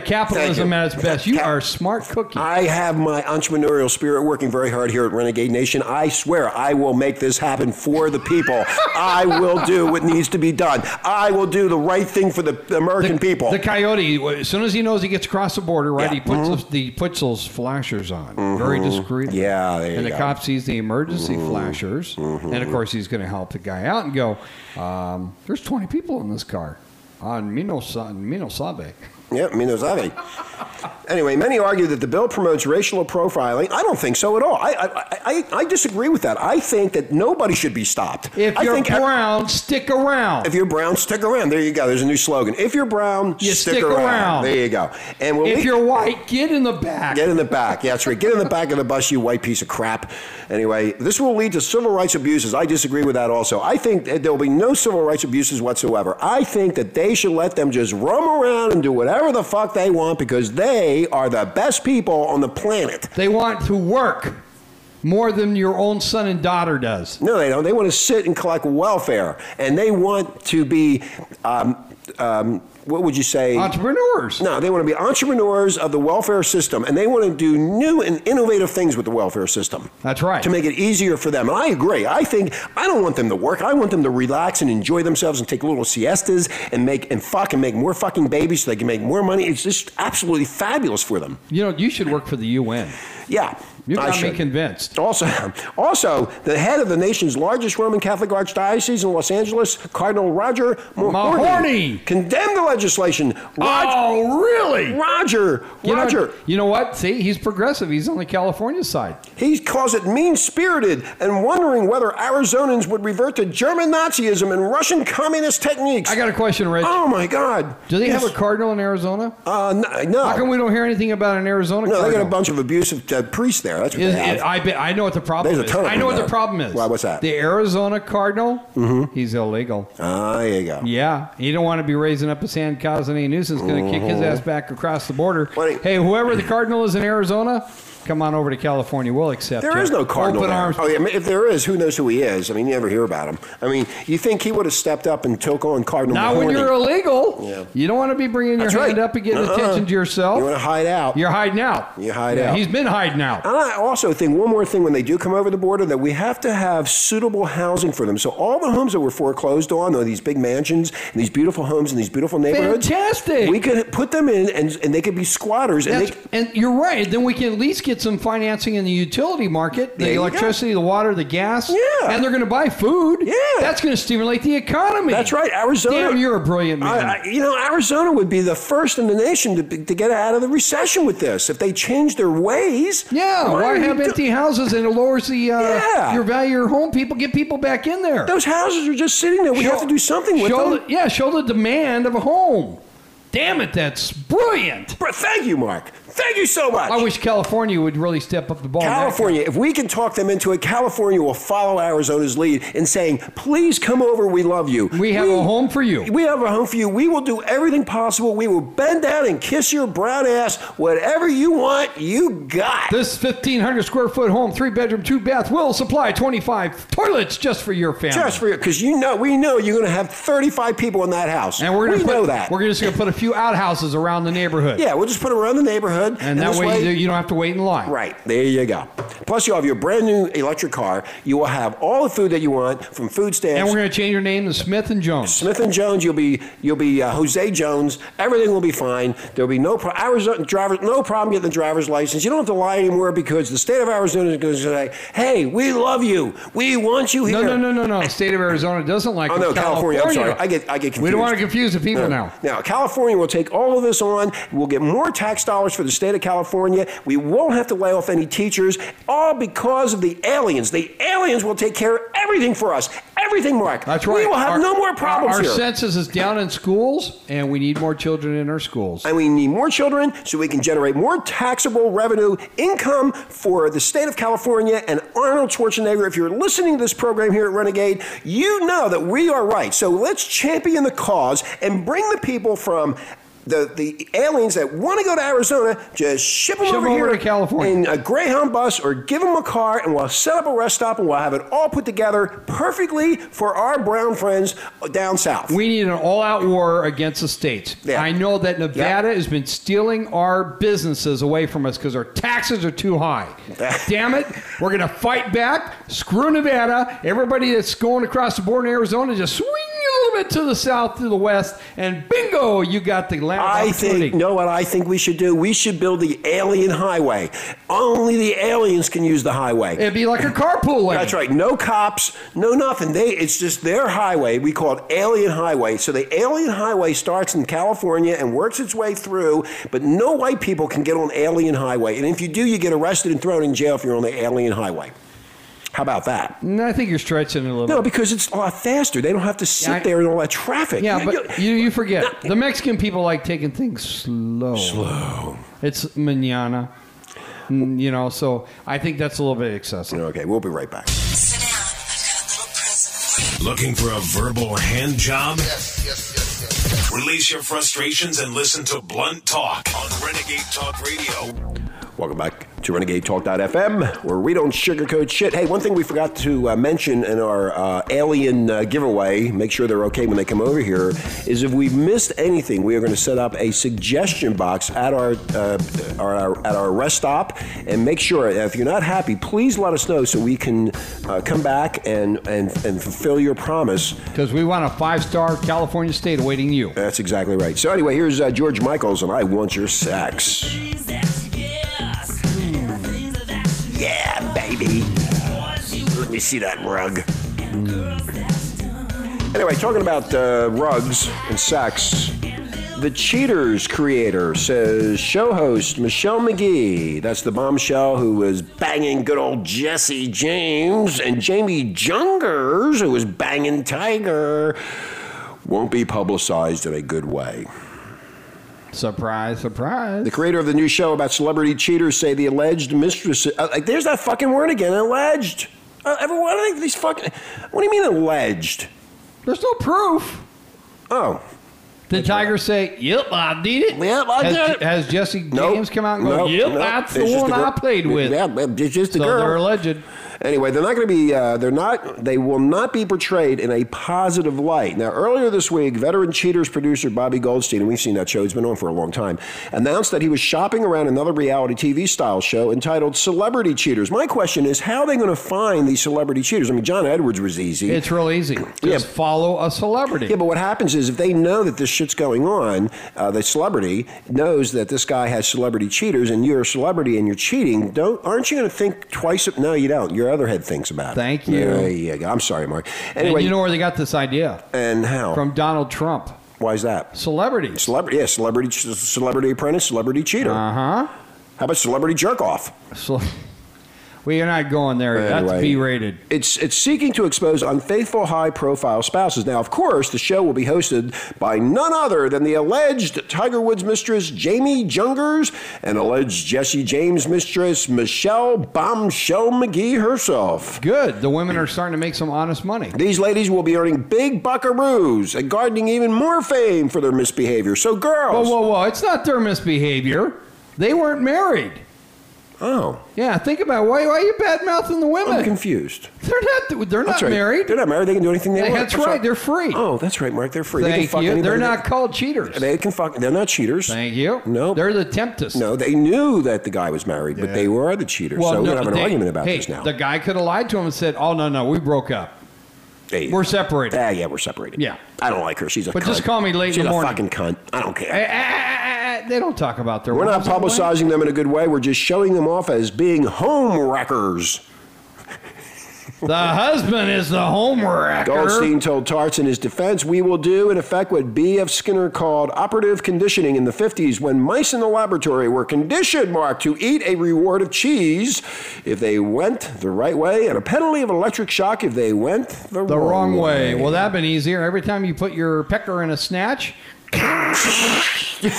[SPEAKER 3] thank
[SPEAKER 6] capitalism
[SPEAKER 3] you.
[SPEAKER 6] at its best. You
[SPEAKER 3] Cap-
[SPEAKER 6] are a smart cookie.
[SPEAKER 3] I have my entrepreneurial spirit working very hard here at Renegade Nation. I swear I will make this happen for the people. I will do what needs to be done. I will do the right thing for the, the American people.
[SPEAKER 6] The coyote, as soon as he knows he gets across the border, right,
[SPEAKER 3] Yeah. Mm-hmm.
[SPEAKER 6] he puts those, he puts those flashers on very discreetly.
[SPEAKER 3] Yeah, there you
[SPEAKER 6] and the
[SPEAKER 3] go. Mm-hmm.
[SPEAKER 6] cop sees the emergency flashers, and of course he's going to help the guy out and go, um, "There's 20 people in this car." On Mino, Sa- Mino Sabe.
[SPEAKER 3] Yeah, Minos Ave. Anyway, many argue that the bill promotes racial profiling. I don't think so at all. I, I, I, I disagree with that. I think that nobody should be stopped.
[SPEAKER 6] If
[SPEAKER 3] I
[SPEAKER 6] you're
[SPEAKER 3] think ev-
[SPEAKER 6] brown, stick around.
[SPEAKER 3] If you're brown, stick around. There you go. There's a new slogan. If you're brown,
[SPEAKER 6] You stick around.
[SPEAKER 3] There you go. And when
[SPEAKER 6] if
[SPEAKER 3] we,
[SPEAKER 6] you're white, get in the back.
[SPEAKER 3] [LAUGHS] Get in the back. Yeah, that's right. Get in the back of the bus, you white piece of crap. Anyway, this will lead to civil rights abuses. I disagree with that also. I think that there will be no civil rights abuses whatsoever. I think that they should let them just roam around and do whatever the fuck they want because they are the best people on the planet.
[SPEAKER 6] They want to work more than your own son and daughter does.
[SPEAKER 3] No, they don't. They want to sit and collect welfare, and they want to be, um, um, what would you say?
[SPEAKER 6] Entrepreneurs.
[SPEAKER 3] No, they want to be entrepreneurs of the welfare system, and they want to do new and innovative things with the welfare system.
[SPEAKER 6] That's right.
[SPEAKER 3] To make it easier for them. And I agree. I think I don't want them to work. I want them to relax and enjoy themselves and take little siestas and make and fuck and make more fucking babies so they can make more money. It's just absolutely fabulous for them.
[SPEAKER 6] You know, you should work for the UN.
[SPEAKER 3] Yeah.
[SPEAKER 6] You
[SPEAKER 3] I
[SPEAKER 6] got me
[SPEAKER 3] should.
[SPEAKER 6] convinced.
[SPEAKER 3] Also, [LAUGHS] also, the head of the nation's largest Roman Catholic archdiocese in Los Angeles, Cardinal Roger Mahorny,
[SPEAKER 6] Mahorny.
[SPEAKER 3] condemned the legislation.
[SPEAKER 6] Oh, really?
[SPEAKER 3] Roger,
[SPEAKER 6] You know-
[SPEAKER 3] Roger,
[SPEAKER 6] you know what? See, he's progressive. He's on the California side.
[SPEAKER 3] He calls it mean spirited and wondering whether Arizonans would revert to German Nazism and Russian communist techniques.
[SPEAKER 6] I got a question, Rich.
[SPEAKER 3] Oh my God.
[SPEAKER 6] Do they have a
[SPEAKER 3] Yes.
[SPEAKER 6] cardinal in Arizona?
[SPEAKER 3] Uh, no. no.
[SPEAKER 6] How come we don't hear anything about an Arizona
[SPEAKER 3] no, they
[SPEAKER 6] cardinal?
[SPEAKER 3] got a bunch of abusive uh, priests there. there. That's what
[SPEAKER 6] Is-
[SPEAKER 3] they have.
[SPEAKER 6] it- I bet I know what the problem
[SPEAKER 3] There's a
[SPEAKER 6] is.
[SPEAKER 3] ton of
[SPEAKER 6] I know
[SPEAKER 3] them
[SPEAKER 6] what the
[SPEAKER 3] there.
[SPEAKER 6] problem is.
[SPEAKER 3] Why, what's that? Mm-hmm.
[SPEAKER 6] The Arizona Cardinal. He's illegal.
[SPEAKER 3] Ah, there you go.
[SPEAKER 6] Yeah, you don't want to be raising up a hand causing any nuisance. Going to kick
[SPEAKER 3] Mm-hmm.
[SPEAKER 6] his ass back across the border.
[SPEAKER 3] Why don't-
[SPEAKER 6] Hey, whoever the Cardinal is in Arizona, come on over to California. We'll accept.
[SPEAKER 3] There
[SPEAKER 6] you.
[SPEAKER 3] is no cardinal.
[SPEAKER 6] Open
[SPEAKER 3] there.
[SPEAKER 6] arms.
[SPEAKER 3] Oh, yeah, I mean, if there is, who knows who he is? I mean, you never hear about him. I mean, you think he would have stepped up and took on Cardinal
[SPEAKER 6] Now, when
[SPEAKER 3] Mahorny.
[SPEAKER 6] you're illegal,
[SPEAKER 3] Yeah.
[SPEAKER 6] you don't want to be bringing your
[SPEAKER 3] That's
[SPEAKER 6] hand
[SPEAKER 3] right.
[SPEAKER 6] up and getting
[SPEAKER 3] Uh-uh.
[SPEAKER 6] attention to yourself.
[SPEAKER 3] You want to hide out.
[SPEAKER 6] You're hiding out.
[SPEAKER 3] You hide out.
[SPEAKER 6] He's been hiding out.
[SPEAKER 3] And I also think one more thing when they do come over the border that we have to have suitable housing for them. So all the homes that were foreclosed on, or these big mansions and these beautiful homes in these beautiful neighborhoods,
[SPEAKER 6] Fantastic.
[SPEAKER 3] We could put them in, and, and they could be squatters. And they,
[SPEAKER 6] That's, and you're right. Then we can at least get some financing in the utility market,
[SPEAKER 3] There
[SPEAKER 6] the
[SPEAKER 3] you go.
[SPEAKER 6] electricity, the water, the gas.
[SPEAKER 3] Yeah.
[SPEAKER 6] And they're going to buy food.
[SPEAKER 3] Yeah.
[SPEAKER 6] That's going to stimulate the economy.
[SPEAKER 3] that's right, Arizona.
[SPEAKER 6] Damn, you're a brilliant man.
[SPEAKER 3] I, I, you know, Arizona would be the first in the nation to, be- to get out of the recession with this if they change their ways.
[SPEAKER 6] yeah, why,
[SPEAKER 3] are you
[SPEAKER 6] have
[SPEAKER 3] do-
[SPEAKER 6] empty houses and it lowers the uh,
[SPEAKER 3] Yeah.
[SPEAKER 6] your value of your home? People get people back in there.
[SPEAKER 3] Those houses are just sitting there. We have to do something with
[SPEAKER 6] show
[SPEAKER 3] them.
[SPEAKER 6] The, yeah, show the demand of a home. Damn it, that's brilliant.
[SPEAKER 3] Bro, Thank you, Mark. Thank you so much.
[SPEAKER 6] I wish California would really step up the ball. in that
[SPEAKER 3] California, if we can talk them into it, California will follow Arizona's lead in saying, please come over. We love you.
[SPEAKER 6] We have a home for you.
[SPEAKER 3] We have a home for you. We will do everything possible. We will bend down and kiss your brown ass. Whatever you want, you got.
[SPEAKER 6] This 1,500 square foot home, three bedroom, two bath, will supply 25 toilets just for your family.
[SPEAKER 3] Just for you, because you know, we know you're going to have 35 people in that house.
[SPEAKER 6] and we're gonna
[SPEAKER 3] we
[SPEAKER 6] put,
[SPEAKER 3] know that.
[SPEAKER 6] We're just going to put a few outhouses around the neighborhood.
[SPEAKER 3] yeah, we'll just put it around the neighborhood.
[SPEAKER 6] And, that
[SPEAKER 3] this
[SPEAKER 6] way, you- you don't have to wait in line.
[SPEAKER 3] Right, there you go. Plus, you'll have your brand new electric car. You will have all the food that you want from food stands.
[SPEAKER 6] And we're going to change your name to Smith and Jones.
[SPEAKER 3] Smith and Jones, you'll be you'll be uh, Jose Jones. Everything will be fine. There'll be no pro- Arizona driver, no problem getting the driver's license. You don't have to lie anymore because the state of Arizona is going to say, "Hey, we love you. We want you
[SPEAKER 6] No,
[SPEAKER 3] here."
[SPEAKER 6] no, no, no, no. State of Arizona doesn't like
[SPEAKER 3] Oh
[SPEAKER 6] it.
[SPEAKER 3] no, California. I'm sorry. I get I get confused.
[SPEAKER 6] We don't want to confuse the people now.
[SPEAKER 3] Now, California will take all of this on. We'll get more tax dollars for the state of California. We won't have to lay off any teachers, all because of the aliens. The aliens will take care of everything for us. Everything, Mark.
[SPEAKER 6] That's right.
[SPEAKER 3] We will have
[SPEAKER 6] Our-
[SPEAKER 3] no more problems
[SPEAKER 6] our,
[SPEAKER 3] here.
[SPEAKER 6] Our census is down in schools, and we need more children in our schools.
[SPEAKER 3] and we need more children so we can generate more taxable revenue income for the state of California and Arnold Schwarzenegger. If you're listening to this program here at Renegade, you know that we are right. So let's champion the cause and bring the people from. The, the aliens that want to go to Arizona, just ship them
[SPEAKER 6] Ship 'em
[SPEAKER 3] over,
[SPEAKER 6] over
[SPEAKER 3] here
[SPEAKER 6] to California.
[SPEAKER 3] in a Greyhound bus or give them a car and we'll set up a rest stop and we'll have it all put together perfectly for our brown friends down south.
[SPEAKER 6] We need an all-out war against the states.
[SPEAKER 3] Yeah.
[SPEAKER 6] I know that Nevada has been stealing our businesses away from us because our taxes are too
[SPEAKER 3] [LAUGHS]
[SPEAKER 6] high. Damn it, we're gonna fight back. Screw Nevada. Everybody that's going across the border in Arizona, just swing a little bit to the south, to the west, and bingo, you got the land. of
[SPEAKER 3] I
[SPEAKER 6] opportunity.
[SPEAKER 3] think, know what I think we should do? We should build the alien highway. Only the aliens can use the highway.
[SPEAKER 6] it'd be like a carpool lane.
[SPEAKER 3] That's right. No cops, no nothing. They it's just their highway. We call it Alien Highway. So the Alien Highway starts in California and works its way through, but no white people can get on Alien Highway. And if you do, you get arrested and thrown in jail if you're on the Alien Highway. How about that?
[SPEAKER 6] And I think you're stretching it a little.
[SPEAKER 3] No,
[SPEAKER 6] bit.
[SPEAKER 3] because it's a lot faster. They don't have to sit
[SPEAKER 6] Yeah, I-
[SPEAKER 3] there in all that traffic.
[SPEAKER 6] Yeah,
[SPEAKER 3] You-
[SPEAKER 6] but you, you forget the Mexican people like taking things slow. Slow. It's manana, Mm, you know. So I think that's a little bit excessive.
[SPEAKER 3] Okay, we'll be right back.
[SPEAKER 2] Sit down. I've got a little present for you.
[SPEAKER 1] Looking for a verbal hand job? Yes, yes, yes, yes. Release your frustrations and listen to Blunt Talk on Renegade Talk Radio.
[SPEAKER 3] Welcome back to RenegadeTalk.fm, where we don't sugarcoat shit. Hey, one thing we forgot to uh, mention in our uh, alien uh, giveaway, make sure they're okay when they come over here, is if we've missed anything, we are going to set up a suggestion box at our, uh, our, our- at our rest stop, and make sure if you're not happy, please let us know so we can uh, come back and, and and fulfill your promise.
[SPEAKER 6] Because we want a five-star California state awaiting you.
[SPEAKER 3] That's exactly right. So anyway, here's uh, George Michaels, and I want your sex.
[SPEAKER 4] things that she gets. The things that she
[SPEAKER 5] Yeah, baby.
[SPEAKER 4] wants, she
[SPEAKER 5] Let me see that rug.
[SPEAKER 4] girls that she done.
[SPEAKER 3] Anyway, talking about uh, rugs and sex, the Cheaters creator says show host Michelle McGee, that's the bombshell who was banging good old Jesse James, and Jamie Jungers, who was banging Tiger, won't be publicized in a good way.
[SPEAKER 6] Surprise, surprise.
[SPEAKER 3] The creator of the new show about celebrity cheaters say the alleged mistress. Uh, like, there's that fucking word again. Alleged. Uh, every one of these fucking. What do you mean alleged?
[SPEAKER 6] There's no proof.
[SPEAKER 3] Oh,
[SPEAKER 6] Did Tiger say, "Yep, I did it"?
[SPEAKER 3] Yep, I
[SPEAKER 6] has,
[SPEAKER 3] did it.
[SPEAKER 6] Has Jesse
[SPEAKER 3] no.
[SPEAKER 6] James come out and go, "Yep, that's the one I played with"?
[SPEAKER 3] Yeah, it's just the
[SPEAKER 6] so
[SPEAKER 3] girl.
[SPEAKER 6] they're alleged.
[SPEAKER 3] Anyway, they're not going to be. Uh, they're not. They will not be portrayed in a positive light. Now, earlier this week, veteran Cheaters producer Bobby Goldstein, and we've seen that show. He's been on for a long time. Announced that he was shopping around another reality TV style show entitled Celebrity Cheaters. My question is, how are they going to find these celebrity cheaters? I mean, John Edwards was easy.
[SPEAKER 6] It's real easy. Just
[SPEAKER 3] Yeah.
[SPEAKER 6] follow a celebrity.
[SPEAKER 3] Yeah, but what happens is if they know that this shit's going on, uh, the celebrity knows that this guy has celebrity cheaters, and you're a celebrity and you're cheating. Don't aren't you going to think twice? Of, no, you don't. Your other head thinks about it.
[SPEAKER 6] Thank you.
[SPEAKER 3] Yeah, yeah, yeah. I'm sorry, Mark.
[SPEAKER 6] and
[SPEAKER 3] Anyway,
[SPEAKER 6] you know where they got this idea
[SPEAKER 3] and how?
[SPEAKER 6] from Donald Trump?
[SPEAKER 3] Why is that?
[SPEAKER 6] Celebrities.
[SPEAKER 3] Celebrity, yeah, celebrity, celebrity apprentice, celebrity cheater.
[SPEAKER 6] Uh huh.
[SPEAKER 3] How about celebrity jerk off?
[SPEAKER 6] So, well, you're not going there.
[SPEAKER 3] Anyway.
[SPEAKER 6] That's B-rated.
[SPEAKER 3] It's it's seeking to expose unfaithful high-profile spouses. Now, of course, the show will be hosted by none other than the alleged Tiger Woods mistress Jamie Jungers and alleged Jesse James mistress Michelle Bombshell McGee herself.
[SPEAKER 6] Good. The women are starting to make some honest money.
[SPEAKER 3] These ladies will be earning big buckaroos and gardening even more fame for their misbehavior. So,
[SPEAKER 6] Whoa,
[SPEAKER 3] girls,
[SPEAKER 6] whoa, whoa! It's not their misbehavior. They weren't married.
[SPEAKER 3] oh,
[SPEAKER 6] Yeah, think about it. why. Why are you bad mouthing the women?
[SPEAKER 3] I'm confused.
[SPEAKER 6] They're not. They're not
[SPEAKER 3] That's right.
[SPEAKER 6] married.
[SPEAKER 3] They're not married. They can do anything they
[SPEAKER 6] Yeah,
[SPEAKER 3] want.
[SPEAKER 6] that's right. They're free.
[SPEAKER 3] Oh, that's right, Mark. They're free. they can
[SPEAKER 6] Thank
[SPEAKER 3] fuck
[SPEAKER 6] you.
[SPEAKER 3] anybody
[SPEAKER 6] They're
[SPEAKER 3] they-
[SPEAKER 6] not called cheaters.
[SPEAKER 3] They can fuck. They're not cheaters.
[SPEAKER 6] Thank you.
[SPEAKER 3] No.
[SPEAKER 6] they're the tempters.
[SPEAKER 3] No, they knew that the guy was married, but they were the cheaters. so we don't have an
[SPEAKER 6] they-
[SPEAKER 3] argument about
[SPEAKER 6] hey,
[SPEAKER 3] this now.
[SPEAKER 6] The guy could have lied to him and said, "Oh no, no, we broke up."
[SPEAKER 3] Hey.
[SPEAKER 6] we're separated.
[SPEAKER 3] Ah, yeah, we're separated.
[SPEAKER 6] Yeah.
[SPEAKER 3] I don't like her. She's a
[SPEAKER 6] But
[SPEAKER 3] cunt.
[SPEAKER 6] just call me late in
[SPEAKER 3] She's
[SPEAKER 6] the morning.
[SPEAKER 3] a fucking cunt. I don't care.
[SPEAKER 6] Eh, eh, eh, eh, eh, They don't talk about their.
[SPEAKER 3] we're not
[SPEAKER 6] wives that way.
[SPEAKER 3] publicizing them in a good way. We're just showing them off as being home wreckers.
[SPEAKER 6] The husband is the homewrecker.
[SPEAKER 3] Goldstein told Tarts in his defense, We will do, in effect, what B.F. Skinner called operative conditioning in the 50s when mice in the laboratory were conditioned, Mark, to eat a reward of cheese if they went the right way and a penalty of electric shock if they went the,
[SPEAKER 6] the
[SPEAKER 3] wrong,
[SPEAKER 6] wrong way. Well, that'd been easier. Every time you put your pecker in a snatch, [LAUGHS] you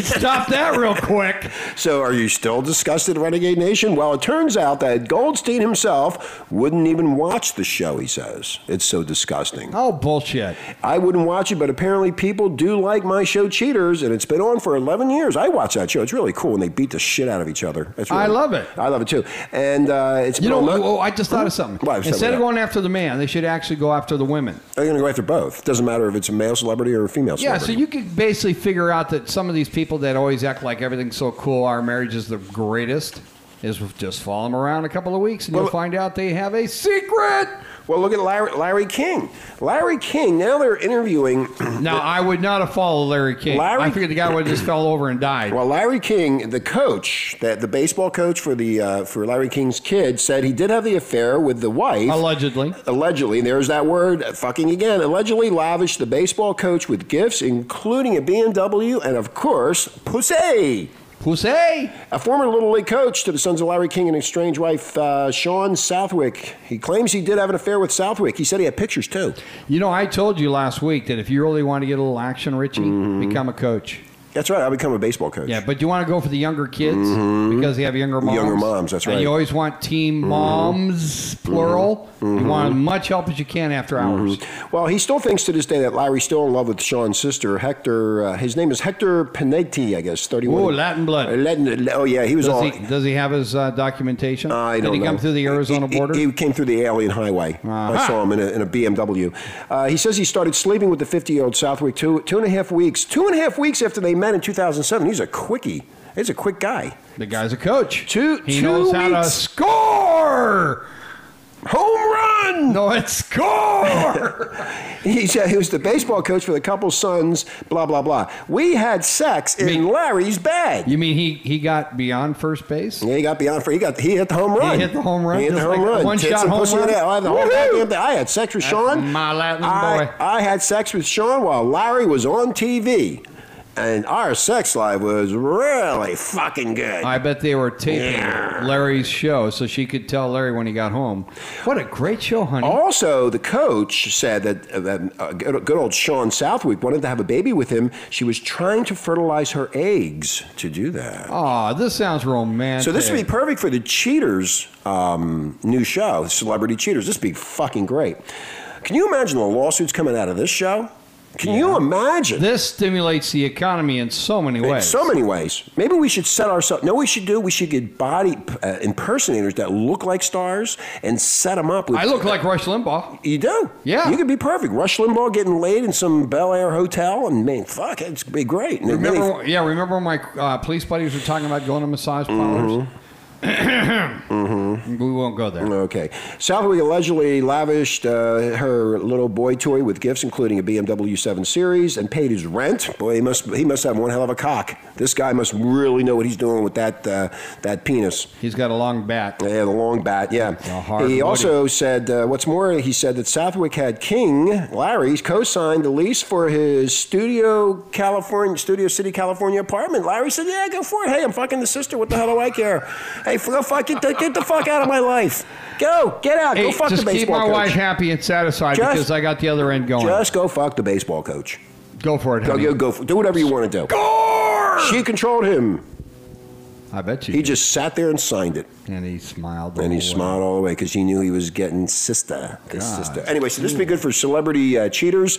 [SPEAKER 6] stop that real quick.
[SPEAKER 3] So, are you still disgusted, Renegade Nation? Well, it turns out that Goldstein himself wouldn't even watch the show, he says. It's so disgusting.
[SPEAKER 6] Oh bullshit!
[SPEAKER 3] I wouldn't watch it, but apparently people do like my show, Cheaters, and it's been on for 11 years. I watch that show. It's really cool, and they beat the shit out of each other. That's really,
[SPEAKER 6] I love it.
[SPEAKER 3] I love it too. And uh, it's
[SPEAKER 6] You
[SPEAKER 3] been
[SPEAKER 6] know,
[SPEAKER 3] on-
[SPEAKER 6] oh, I just thought of something.
[SPEAKER 3] Why, what's up
[SPEAKER 6] Instead of
[SPEAKER 3] with
[SPEAKER 6] going after the man, they should actually go after the women.
[SPEAKER 3] that? They're going to go after both. Doesn't matter if it's a male celebrity or a female
[SPEAKER 6] Yeah, so
[SPEAKER 3] celebrity.
[SPEAKER 6] you could basically figure out that some of these people that always act like everything's so cool, our marriage is the greatest, is just follow them around a couple of weeks and
[SPEAKER 3] Well,
[SPEAKER 6] you'll find out they have a secret.
[SPEAKER 3] Well, look at Larry, Larry King. Larry King. Now they're interviewing [CLEARS THROAT]
[SPEAKER 6] Now, I would not have followed Larry King.
[SPEAKER 3] Larry-
[SPEAKER 6] I figured the guy would have just fell over and died.
[SPEAKER 3] Well, Larry King, the coach, the, the baseball coach for the uh, for Larry King's kid, said he did have the affair with the wife.
[SPEAKER 6] Allegedly.
[SPEAKER 3] Allegedly, there's that word, uh, fucking again. Allegedly lavished the baseball coach with gifts, including a BMW and, of course, pussy.
[SPEAKER 6] Jose!
[SPEAKER 3] A former Little League coach to the sons of Larry King and his strange wife, uh, Sean Southwick. He claims he did have an affair with Southwick. He said he had pictures, too.
[SPEAKER 6] You know, I told you last week that if you really want to get a little action, Richie,
[SPEAKER 3] Mm-hmm.
[SPEAKER 6] become a coach.
[SPEAKER 3] That's right. I become a baseball coach.
[SPEAKER 6] Yeah, but you want to go for the younger kids because they have younger moms.
[SPEAKER 3] Mm-hmm. Younger moms, that's
[SPEAKER 6] And
[SPEAKER 3] right. Mm-hmm.
[SPEAKER 6] you always want team moms, plural. You want as much help as you can after hours.
[SPEAKER 3] Well, he still thinks to this day that Larry's still in love with Sean's sister, Hector. Uh, his name is Hector Panetti, I guess, 31.
[SPEAKER 6] Ooh, Latin blood.
[SPEAKER 3] Uh, Latin- oh, yeah, he was all.
[SPEAKER 6] Does he, does he have his uh, documentation?
[SPEAKER 3] I don't
[SPEAKER 6] Did he come
[SPEAKER 3] know.
[SPEAKER 6] through the Arizona
[SPEAKER 3] He- he-
[SPEAKER 6] border?
[SPEAKER 3] He, came through the alien highway. I
[SPEAKER 6] Uh-huh.
[SPEAKER 3] saw him in a, in a BMW. Uh, he says he started sleeping with the 50 year old Southwick two, two and a half weeks. Two and a half weeks after they met in 2007. He's a quickie. He's a quick guy.
[SPEAKER 6] the guy's a coach.
[SPEAKER 3] Two-
[SPEAKER 6] he
[SPEAKER 3] two
[SPEAKER 6] knows how to
[SPEAKER 3] weeks.
[SPEAKER 6] score.
[SPEAKER 3] Home run!
[SPEAKER 6] No, it's score. [LAUGHS]
[SPEAKER 3] He said he was the baseball coach for the couple's sons, blah, blah, blah. We had sex in Larry's bed.
[SPEAKER 6] you mean he, he got beyond first base?
[SPEAKER 3] Yeah, he got beyond free. He got he hit the home run.
[SPEAKER 6] hit the home run,
[SPEAKER 3] He hit the
[SPEAKER 6] just
[SPEAKER 3] home
[SPEAKER 6] like a
[SPEAKER 3] run.
[SPEAKER 6] one-shot
[SPEAKER 3] Tits and
[SPEAKER 6] home
[SPEAKER 3] pussy
[SPEAKER 6] run.
[SPEAKER 3] and that. I had the whole
[SPEAKER 6] Woohoo!
[SPEAKER 3] goddamn thing. I had sex with Sean.
[SPEAKER 6] my Latin
[SPEAKER 3] I,
[SPEAKER 6] boy.
[SPEAKER 3] I had sex with Sean while Larry was on TV. and our sex life was really fucking good.
[SPEAKER 6] I bet they were taping
[SPEAKER 3] Yeah.
[SPEAKER 6] Larry's show so she could tell Larry when he got home. What a great show, honey.
[SPEAKER 3] Oh. Also, the coach said that, uh, that uh, good, good old Sean Southwick wanted to have a baby with him. She was trying to fertilize her eggs to do that.
[SPEAKER 6] Aw, this sounds romantic.
[SPEAKER 3] So this would be perfect for the Cheaters um, new show, Celebrity Cheaters. This would be fucking great. Can you imagine the lawsuits coming out of this show? Can you imagine?
[SPEAKER 6] This stimulates the economy in so many
[SPEAKER 3] In
[SPEAKER 6] ways.
[SPEAKER 3] so many ways. Maybe we should set ourselves. No, we should do. We should get body uh, impersonators that look like stars and set them up. With,
[SPEAKER 6] I look like Rush Limbaugh.
[SPEAKER 3] You do.
[SPEAKER 6] Yeah.
[SPEAKER 3] You could be perfect. Rush Limbaugh getting laid in some Bel Air hotel, and man, fuck, it'd be great. And it
[SPEAKER 6] Remember,
[SPEAKER 3] really-
[SPEAKER 6] yeah, remember when my uh, police buddies were talking about going to massage parlors?
[SPEAKER 3] Mm-hmm.
[SPEAKER 6] [COUGHS] We won't go there.
[SPEAKER 3] [LAUGHS] Okay. Southwick allegedly lavished uh, her little boy toy with gifts, including a BMW 7 Series, and paid his rent. Boy, he must he must have one hell of a cock. This guy must really know what he's doing with that uh, that penis.
[SPEAKER 6] He's got a long bat.
[SPEAKER 3] Yeah, the long bat. Yeah.
[SPEAKER 6] A hard
[SPEAKER 3] he
[SPEAKER 6] woody.
[SPEAKER 3] also said, uh, what's more, he said that Southwick had King Larry co-signed the lease for his studio California, Studio City, California apartment. Larry said, "Yeah, go for it. Hey, I'm fucking the sister. What the hell do I care? Hey, go fuck it. Get the fuck out of my life. Go, get out.
[SPEAKER 6] Hey,
[SPEAKER 3] go fuck
[SPEAKER 6] just
[SPEAKER 3] the
[SPEAKER 6] keep my
[SPEAKER 3] baseball coach.
[SPEAKER 6] wife happy and satisfied
[SPEAKER 3] Just-
[SPEAKER 6] because I got the other end going.
[SPEAKER 3] Just go fuck the baseball coach.
[SPEAKER 6] go for it,
[SPEAKER 3] Go,
[SPEAKER 6] honey.
[SPEAKER 3] go, go. Do whatever you want to do. She controlled him.
[SPEAKER 6] I bet you.
[SPEAKER 3] He
[SPEAKER 6] did.
[SPEAKER 3] just sat there and signed it.
[SPEAKER 6] and he smiled. the
[SPEAKER 3] And he
[SPEAKER 6] whole way.
[SPEAKER 3] smiled all the way because he knew he was getting sister. The
[SPEAKER 6] God.
[SPEAKER 3] sister. Anyway, so this would be good for celebrity uh, cheaters,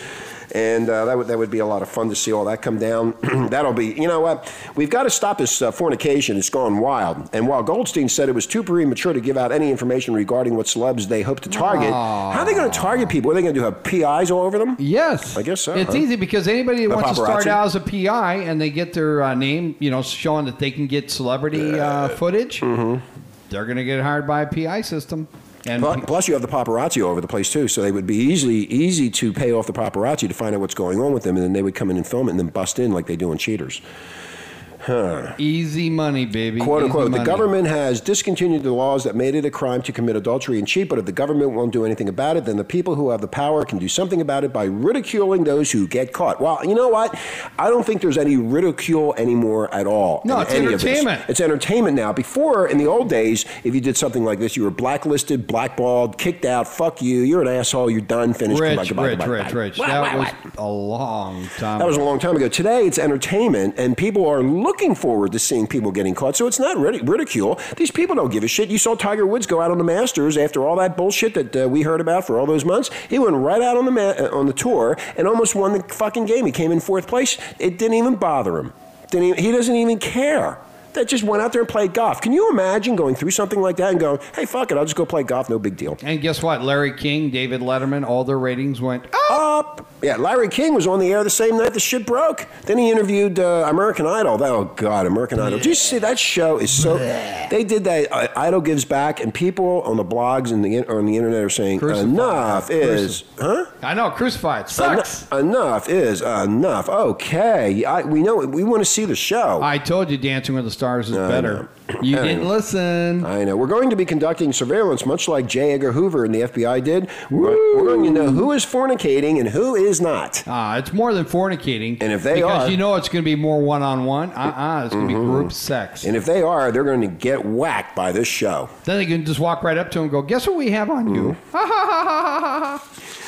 [SPEAKER 3] and uh, that would that would be a lot of fun to see all that come down. [CLEARS THROAT] That'll be, you know what? We've got to stop this uh, fornication. It's gone wild. And while Goldstein said it was too premature to give out any information regarding what celebs they hope to target, how are they going to target people? Are they going to do have PIs all over them?
[SPEAKER 6] Yes,
[SPEAKER 3] I guess so,
[SPEAKER 6] It's
[SPEAKER 3] huh?
[SPEAKER 6] easy because anybody that
[SPEAKER 3] The
[SPEAKER 6] wants to start
[SPEAKER 3] paparazzi.
[SPEAKER 6] out as a PI and they get their uh, name, you know, showing that they can get celebrity uh, footage,
[SPEAKER 3] Mm-hmm.
[SPEAKER 6] they're going to get hired by a PI system. And
[SPEAKER 3] Pl- Plus, you have the paparazzi all over the place too, so they would be easily easy to pay off the paparazzi to find out what's going on with them, and then they would come in and film it and then bust in like they do on Cheaters.
[SPEAKER 6] easy money, baby.
[SPEAKER 3] quote
[SPEAKER 6] Easy
[SPEAKER 3] unquote, the
[SPEAKER 6] money.
[SPEAKER 3] government has discontinued the laws that made it a crime to commit adultery and cheat, but if the government won't do anything about it, then the people who have the power can do something about it by ridiculing those who get caught. Well, you know what? I don't think there's any ridicule anymore at all.
[SPEAKER 6] No,
[SPEAKER 3] in
[SPEAKER 6] it's
[SPEAKER 3] any of this.
[SPEAKER 6] entertainment.
[SPEAKER 3] It's entertainment now. Before, in the old days, if you did something like this, you were blacklisted, blackballed, kicked out, fuck you, you're an asshole, you're done, finished. goodbye,
[SPEAKER 6] Rich,
[SPEAKER 3] goodbye,
[SPEAKER 6] rich,
[SPEAKER 3] goodbye,
[SPEAKER 6] rich,
[SPEAKER 3] bye.
[SPEAKER 6] rich. That was a long time.
[SPEAKER 3] That was a
[SPEAKER 6] ago.
[SPEAKER 3] long time ago. Today, it's entertainment, and people are looking forward to seeing people getting caught. So it's not rid- ridicule. These people don't give a shit. You saw Tiger Woods go out on the Masters after all that bullshit that uh, we heard about for all those months. He went right out on the ma- uh, on the tour and almost won the fucking game. He came in fourth place. It didn't even bother him. Didn't even, he doesn't even care. That just went out there and played golf. Can you imagine going through something like that and going, "Hey, fuck it, I'll just go play golf. No big deal."
[SPEAKER 6] And guess what? Larry King, David Letterman, all their ratings went up.
[SPEAKER 3] up. Yeah, Larry King was on the air the same night the shit broke. Then he interviewed uh, American Idol. Oh God, American Idol! Did you see that show? Is so they did that. Uh, Idol gives back, and people on the blogs and the in- or on the internet are saying
[SPEAKER 6] Crucified.
[SPEAKER 3] enough is huh?
[SPEAKER 6] I know, crucified sucks.
[SPEAKER 3] Enough, enough is enough. Okay, I, we know we want to see the show.
[SPEAKER 6] I told you, Dancing with the Stars is better.
[SPEAKER 3] know.
[SPEAKER 6] You
[SPEAKER 3] I
[SPEAKER 6] didn't
[SPEAKER 3] know.
[SPEAKER 6] listen.
[SPEAKER 3] I know. We're going to be conducting surveillance, much like J. Edgar Hoover and the FBI did. We're, we're going to know who is fornicating and who is not.
[SPEAKER 6] Ah, it's more than fornicating.
[SPEAKER 3] And if they
[SPEAKER 6] because
[SPEAKER 3] are- Mm-hmm.
[SPEAKER 6] you know it's going to be more one on one. Uh uh it's going to be group sex.
[SPEAKER 3] And if they are, they're going to get whacked by this show.
[SPEAKER 6] then they can just walk right up to him and go, "Guess what we have on you?" Ha ha ha ha
[SPEAKER 3] Mm-hmm.
[SPEAKER 6] ha ha. ha.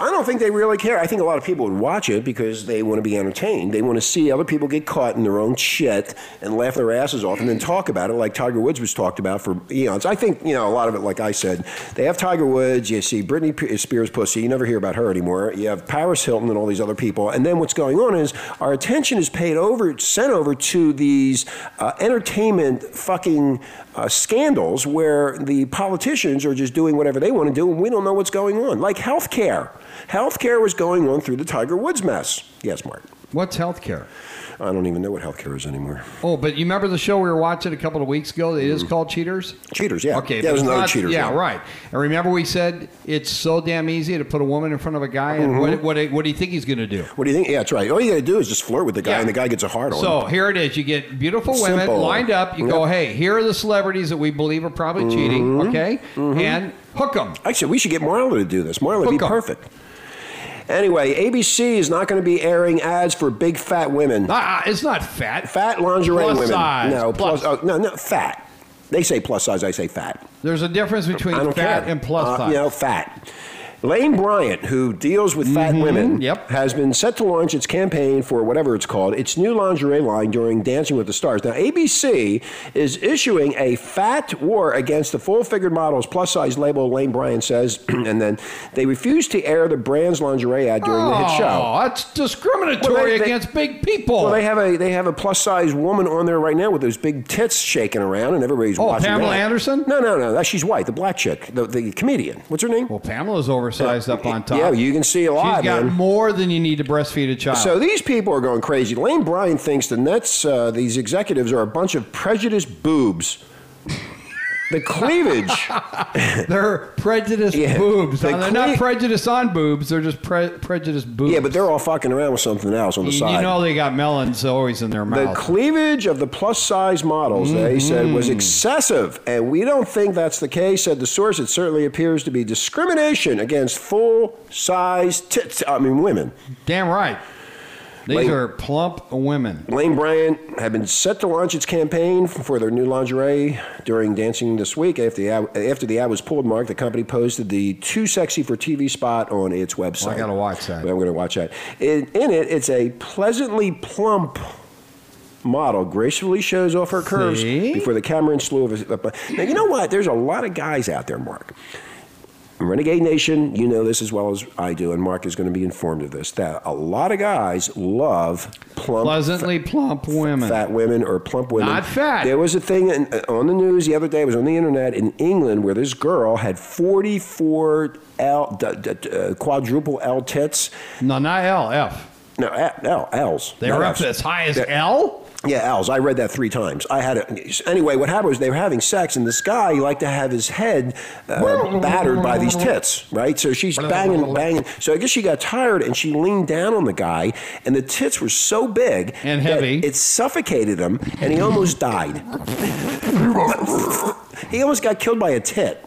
[SPEAKER 3] I don't think they really care. I think a lot of people would watch it because they want to be entertained. They want to see other people get caught in their own shit and laugh their asses off and then talk about it like Tiger Woods was talked about for eons. I think, you know, a lot of it, like I said, they have Tiger Woods, you see Britney P- Spears pussy, you never hear about her anymore. You have Paris Hilton and all these other people. And then what's going on is our attention is paid over, sent over to these uh, entertainment fucking uh, scandals where the politicians are just doing whatever they want to do and we don't know what's going on. Like healthcare. Healthcare was going on through the Tiger Woods mess. Yes, Mark.
[SPEAKER 6] [LAUGHS] What's healthcare?
[SPEAKER 3] I don't even know what healthcare is anymore.
[SPEAKER 6] Oh, but you remember the show we were watching a couple of weeks ago? It is called Cheaters.
[SPEAKER 3] Cheaters, Mm-hmm. yeah.
[SPEAKER 6] Okay,
[SPEAKER 3] Yeah,
[SPEAKER 6] but
[SPEAKER 3] there's
[SPEAKER 6] it's
[SPEAKER 3] another
[SPEAKER 6] not-
[SPEAKER 3] cheaters,
[SPEAKER 6] Yeah,
[SPEAKER 3] yeah.
[SPEAKER 6] right. And remember, we said it's so damn easy to put a woman in front of a guy,
[SPEAKER 3] Mm-hmm.
[SPEAKER 6] and what, what, what do you think he's going to do?
[SPEAKER 3] What do you think? Yeah, that's right. All you got to do is just flirt with the guy
[SPEAKER 6] Yeah.
[SPEAKER 3] and the guy gets a hard on.
[SPEAKER 6] So here it is. You get beautiful women
[SPEAKER 3] Simple.
[SPEAKER 6] lined up. You go,
[SPEAKER 3] Yep. Mm-hmm.
[SPEAKER 6] hey, here are the celebrities that we believe are probably cheating, okay? And hook them.
[SPEAKER 3] Actually, we should get Marla to do this. Marla would be
[SPEAKER 6] Hook 'em.
[SPEAKER 3] perfect. Anyway, ABC is not going to be airing ads for big fat women.
[SPEAKER 6] Ah, it's not fat.
[SPEAKER 3] fat lingerie
[SPEAKER 6] Plus
[SPEAKER 3] women.
[SPEAKER 6] size.
[SPEAKER 3] No, plus,
[SPEAKER 6] Plus.
[SPEAKER 3] oh, no, no, fat. They say plus size. I say fat.
[SPEAKER 6] There's a difference between
[SPEAKER 3] I don't
[SPEAKER 6] fat
[SPEAKER 3] care.
[SPEAKER 6] and plus
[SPEAKER 3] Uh,
[SPEAKER 6] size.
[SPEAKER 3] You know, fat. Lane Bryant, who deals with fat women,
[SPEAKER 6] Mm-hmm. yep.
[SPEAKER 3] has been set to launch its campaign for whatever it's called, its new lingerie line during Dancing with the Stars. Now, ABC is issuing a fat war against the full figured models plus size label, Lane Bryant says, [CLEARS THROAT] and then they refuse to air the brand's lingerie ad during the hit show.
[SPEAKER 6] Oh, that's discriminatory
[SPEAKER 3] Well, they- they-
[SPEAKER 6] against big people.
[SPEAKER 3] Well, they have a they have a plus size woman on there right now with those big tits shaking around, and everybody's
[SPEAKER 6] Oh,
[SPEAKER 3] watching.
[SPEAKER 6] Pamela
[SPEAKER 3] that.
[SPEAKER 6] Anderson?
[SPEAKER 3] No, no, no. That, she's white. The black chick, the, the comedian. What's her name?
[SPEAKER 6] well, Pamela's oversized up on top.
[SPEAKER 3] Yeah, you can see a lot,
[SPEAKER 6] She's got
[SPEAKER 3] man.
[SPEAKER 6] more than you need to breastfeed a child.
[SPEAKER 3] So these people are going crazy. Lane Bryant thinks the Nets, uh, these executives, are a bunch of prejudiced boobs. The
[SPEAKER 6] [LAUGHS]
[SPEAKER 3] cleavage.
[SPEAKER 6] [LAUGHS] they're prejudiced
[SPEAKER 3] Yeah.
[SPEAKER 6] boobs.
[SPEAKER 3] The
[SPEAKER 6] Now, they're not
[SPEAKER 3] cle-
[SPEAKER 6] prejudiced on boobs. They're just pre- prejudiced boobs.
[SPEAKER 3] yeah, but they're all fucking around with something else on the
[SPEAKER 6] You,
[SPEAKER 3] side.
[SPEAKER 6] you know they got melons always in their
[SPEAKER 3] The
[SPEAKER 6] mouth.
[SPEAKER 3] cleavage of the plus size models,
[SPEAKER 6] Mm-hmm.
[SPEAKER 3] they said, was excessive, and we don't think that's the case, said the source. It certainly appears to be discrimination against full size tits, I mean, women.
[SPEAKER 6] Damn right. These
[SPEAKER 3] Wait.
[SPEAKER 6] are plump women.
[SPEAKER 3] Lane Bryant had been set to launch its campaign for their new lingerie during dancing this week. After the ad, after the ad was pulled, Mark, the company posted the "Too Sexy for TV" spot on its website.
[SPEAKER 6] gotta watch that.
[SPEAKER 3] Well, I'm going to watch that. In, in it, it's a pleasantly plump model gracefully shows off her curves
[SPEAKER 6] See?
[SPEAKER 3] before the camera and slew of. Now you know what? There's a lot of guys out there, Mark. Renegade Nation, you know this as well as I do, and Mark is going to be informed of this. That a lot of guys love plump,
[SPEAKER 6] Pleasantly plump women.
[SPEAKER 3] fat women or plump women.
[SPEAKER 6] Not fat.
[SPEAKER 3] There was a thing in, uh, on the news the other day. It was on the internet in England where this girl had 44 L, d, d, d- uh, quadruple L tits.
[SPEAKER 6] No, not L, F.
[SPEAKER 3] No, L, L L's.
[SPEAKER 6] They
[SPEAKER 3] not
[SPEAKER 6] were up
[SPEAKER 3] Fs.
[SPEAKER 6] as high as
[SPEAKER 3] Yeah.
[SPEAKER 6] L?
[SPEAKER 3] Yeah, Al's. I read that three times. I had it. Anyway, what happened was they were having sex, and this guy liked to have his head uh, battered by these tits, right? So she's banging, banging. So I guess she got tired, and she leaned down on the guy, and the tits were so big
[SPEAKER 6] And
[SPEAKER 3] that
[SPEAKER 6] heavy.
[SPEAKER 3] it suffocated him, and he almost died. he almost got killed by a tit.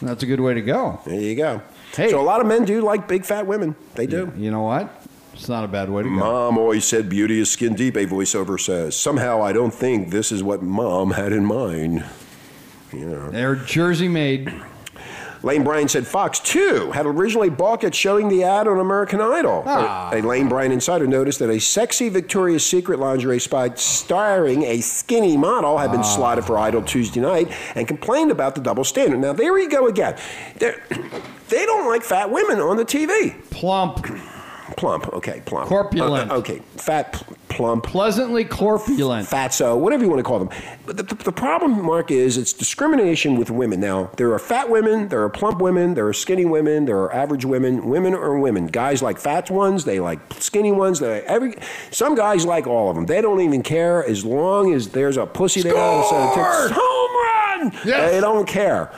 [SPEAKER 6] That's a good way to go.
[SPEAKER 3] There you go.
[SPEAKER 6] Hey.
[SPEAKER 3] So a lot of men do like big fat women. They do.
[SPEAKER 6] You know what? It's not a bad way to go.
[SPEAKER 3] Mom always said beauty is skin deep, a voiceover says. Somehow I don't think this is what mom had in mind. Yeah.
[SPEAKER 6] They're Jersey made.
[SPEAKER 3] Lane Bryant said Fox 2 had originally balked at showing the ad on American Idol.
[SPEAKER 6] Ah.
[SPEAKER 3] A Lane Bryant insider noticed that a sexy Victoria's Secret lingerie spot starring a skinny model had been
[SPEAKER 6] Ah.
[SPEAKER 3] slotted for Idol Tuesday night and complained about the double standard. Now, there you go again. They're, they don't like fat women on the TV.
[SPEAKER 6] Plump.
[SPEAKER 3] Plump, okay, plump.
[SPEAKER 6] Corpulent.
[SPEAKER 3] Uh, uh, okay, fat, pl- plump.
[SPEAKER 6] Pleasantly corpulent.
[SPEAKER 3] fatso, whatever you want to call them. But the, the problem, Mark, is it's discrimination with women. Now, there are fat women, there are plump women, there are skinny women, there are average women. Women are women. Guys like fat ones, they like skinny ones. They like every some guys like all of them. They don't even care as long as there's a pussy there. on the side of the
[SPEAKER 6] Score!
[SPEAKER 3] ticket. Home run!
[SPEAKER 6] Yes.
[SPEAKER 3] They don't care.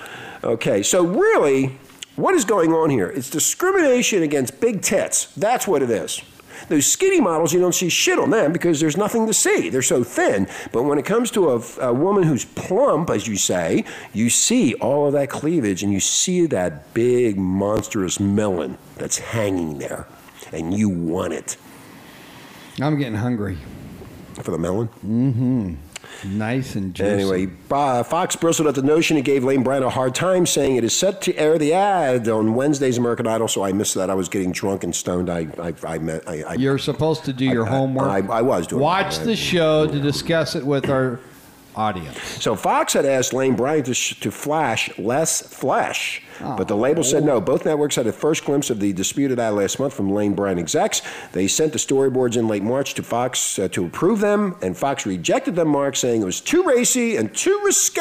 [SPEAKER 3] Okay, so really, what is going on here? It's discrimination against big tits. That's what it is. Those skinny models, you don't see shit on them because there's nothing to see. They're so thin. But when it comes to a, a woman who's plump, as you say, you see all of that cleavage and you see that big, monstrous melon that's hanging there. And you want it
[SPEAKER 6] I'm getting hungry.
[SPEAKER 3] for the melon.
[SPEAKER 6] Nice and juicy.
[SPEAKER 3] Anyway, uh, Fox bristled at the notion and gave Lane Bryant a hard time, saying it is set to air the ad on Wednesday's American Idol. So I missed that. I was getting drunk and stoned. I I I met, I, I
[SPEAKER 6] You're supposed to do your homework.
[SPEAKER 3] I- I was doing
[SPEAKER 6] Watch
[SPEAKER 3] homework.
[SPEAKER 6] the show to discuss it with our audience.
[SPEAKER 3] So Fox had asked Lane Bryant to, sh- to flash less flesh, but the label said no. Both networks had a first glimpse of the disputed ad last month from Lane Bryant execs. They sent the storyboards in late March to Fox uh, to approve them, and Fox rejected them, Mark, saying it was too racy and too risque.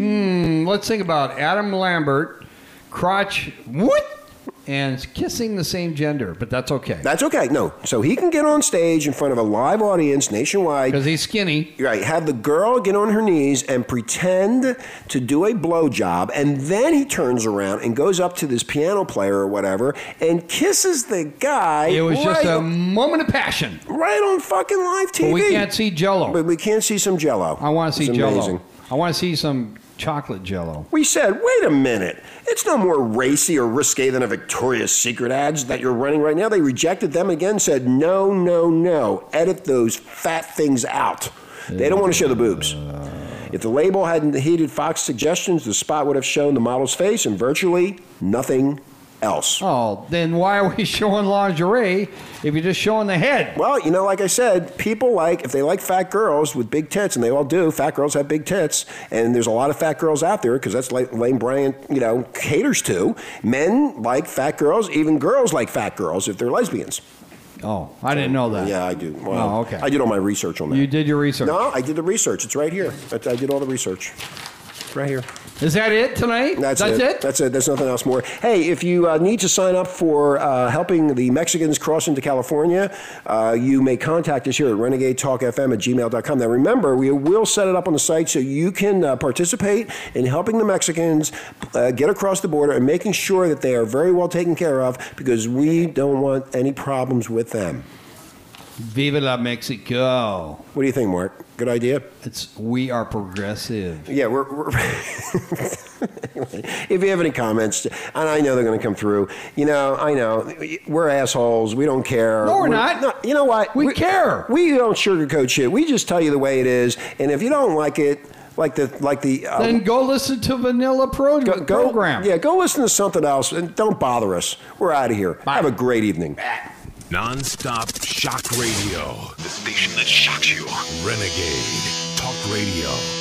[SPEAKER 6] Mm, Let's think about Adam Lambert, crotch, what? And kissing the same gender, but that's okay.
[SPEAKER 3] That's okay. No. So he can get on stage in front of a live audience nationwide.
[SPEAKER 6] Because he's skinny.
[SPEAKER 3] Right, have the girl get on her knees and pretend to do a blowjob, and then he turns around and goes up to this piano player or whatever and kisses the guy.
[SPEAKER 6] It was just
[SPEAKER 3] right-
[SPEAKER 6] a moment of passion.
[SPEAKER 3] right on fucking live TV.
[SPEAKER 6] But we can't see Jello.
[SPEAKER 3] But we can't see some Jello.
[SPEAKER 6] I want to see
[SPEAKER 3] It's
[SPEAKER 6] Jello.
[SPEAKER 3] amazing.
[SPEAKER 6] I want to see some chocolate jello.
[SPEAKER 3] We said, wait a minute, it's no more racy or risque than a Victoria's Secret ads that you're running right now. They rejected them again, said, no, no, no, edit those fat things out. They don't want to show the boobs. If the label hadn't heeded Fox's suggestions, the spot would have shown the model's face and virtually nothing else.
[SPEAKER 6] Oh, then why are we [LAUGHS] showing lingerie if you're just showing the head?
[SPEAKER 3] Well, you know, like I said, people like, if they like fat girls with big tits, and they all do, fat girls have big tits, and there's a lot of fat girls out there because that's like Lane Bryant, you know, caters to. Men like fat girls, even girls like fat girls if they're lesbians.
[SPEAKER 6] Oh, I didn't know that.
[SPEAKER 3] Yeah, I do. Well,
[SPEAKER 6] Oh, okay.
[SPEAKER 3] I did all my research on that.
[SPEAKER 6] You did your research.
[SPEAKER 3] No, I did the research. It's right here. I I did all the research. Right here.
[SPEAKER 6] Is that it tonight?
[SPEAKER 3] That's,
[SPEAKER 6] it.
[SPEAKER 3] That's it. There's nothing else more. Hey, if you uh, need to sign up for uh, helping the Mexicans cross into California, uh, you may contact us here at renegadetalkfm at gmail.com. Now, remember, we will set it up on the site so you can uh, participate in helping the Mexicans uh, get across the border and making sure that they are very well taken care of because we don't want any problems with them.
[SPEAKER 6] Viva la Mexico.
[SPEAKER 3] What do you think, Mark? Good idea?
[SPEAKER 6] It's we are progressive.
[SPEAKER 3] Yeah, we're. we're [LAUGHS] if you have any comments, and I know they're going to come through, you know, I know we're assholes. We don't care.
[SPEAKER 6] No, we're not.
[SPEAKER 3] you know what?
[SPEAKER 6] We care.
[SPEAKER 3] We don't sugarcoat shit. We just tell you the way it is, and if you don't like it, like the like the uh,
[SPEAKER 6] Then go listen to Vanilla Pro- Program.
[SPEAKER 3] Yeah, go listen to something else, and don't bother us. We're out of here. Have a great evening.
[SPEAKER 1] Non-stop shock radio. The station that shocks you. Renegade Talk Radio.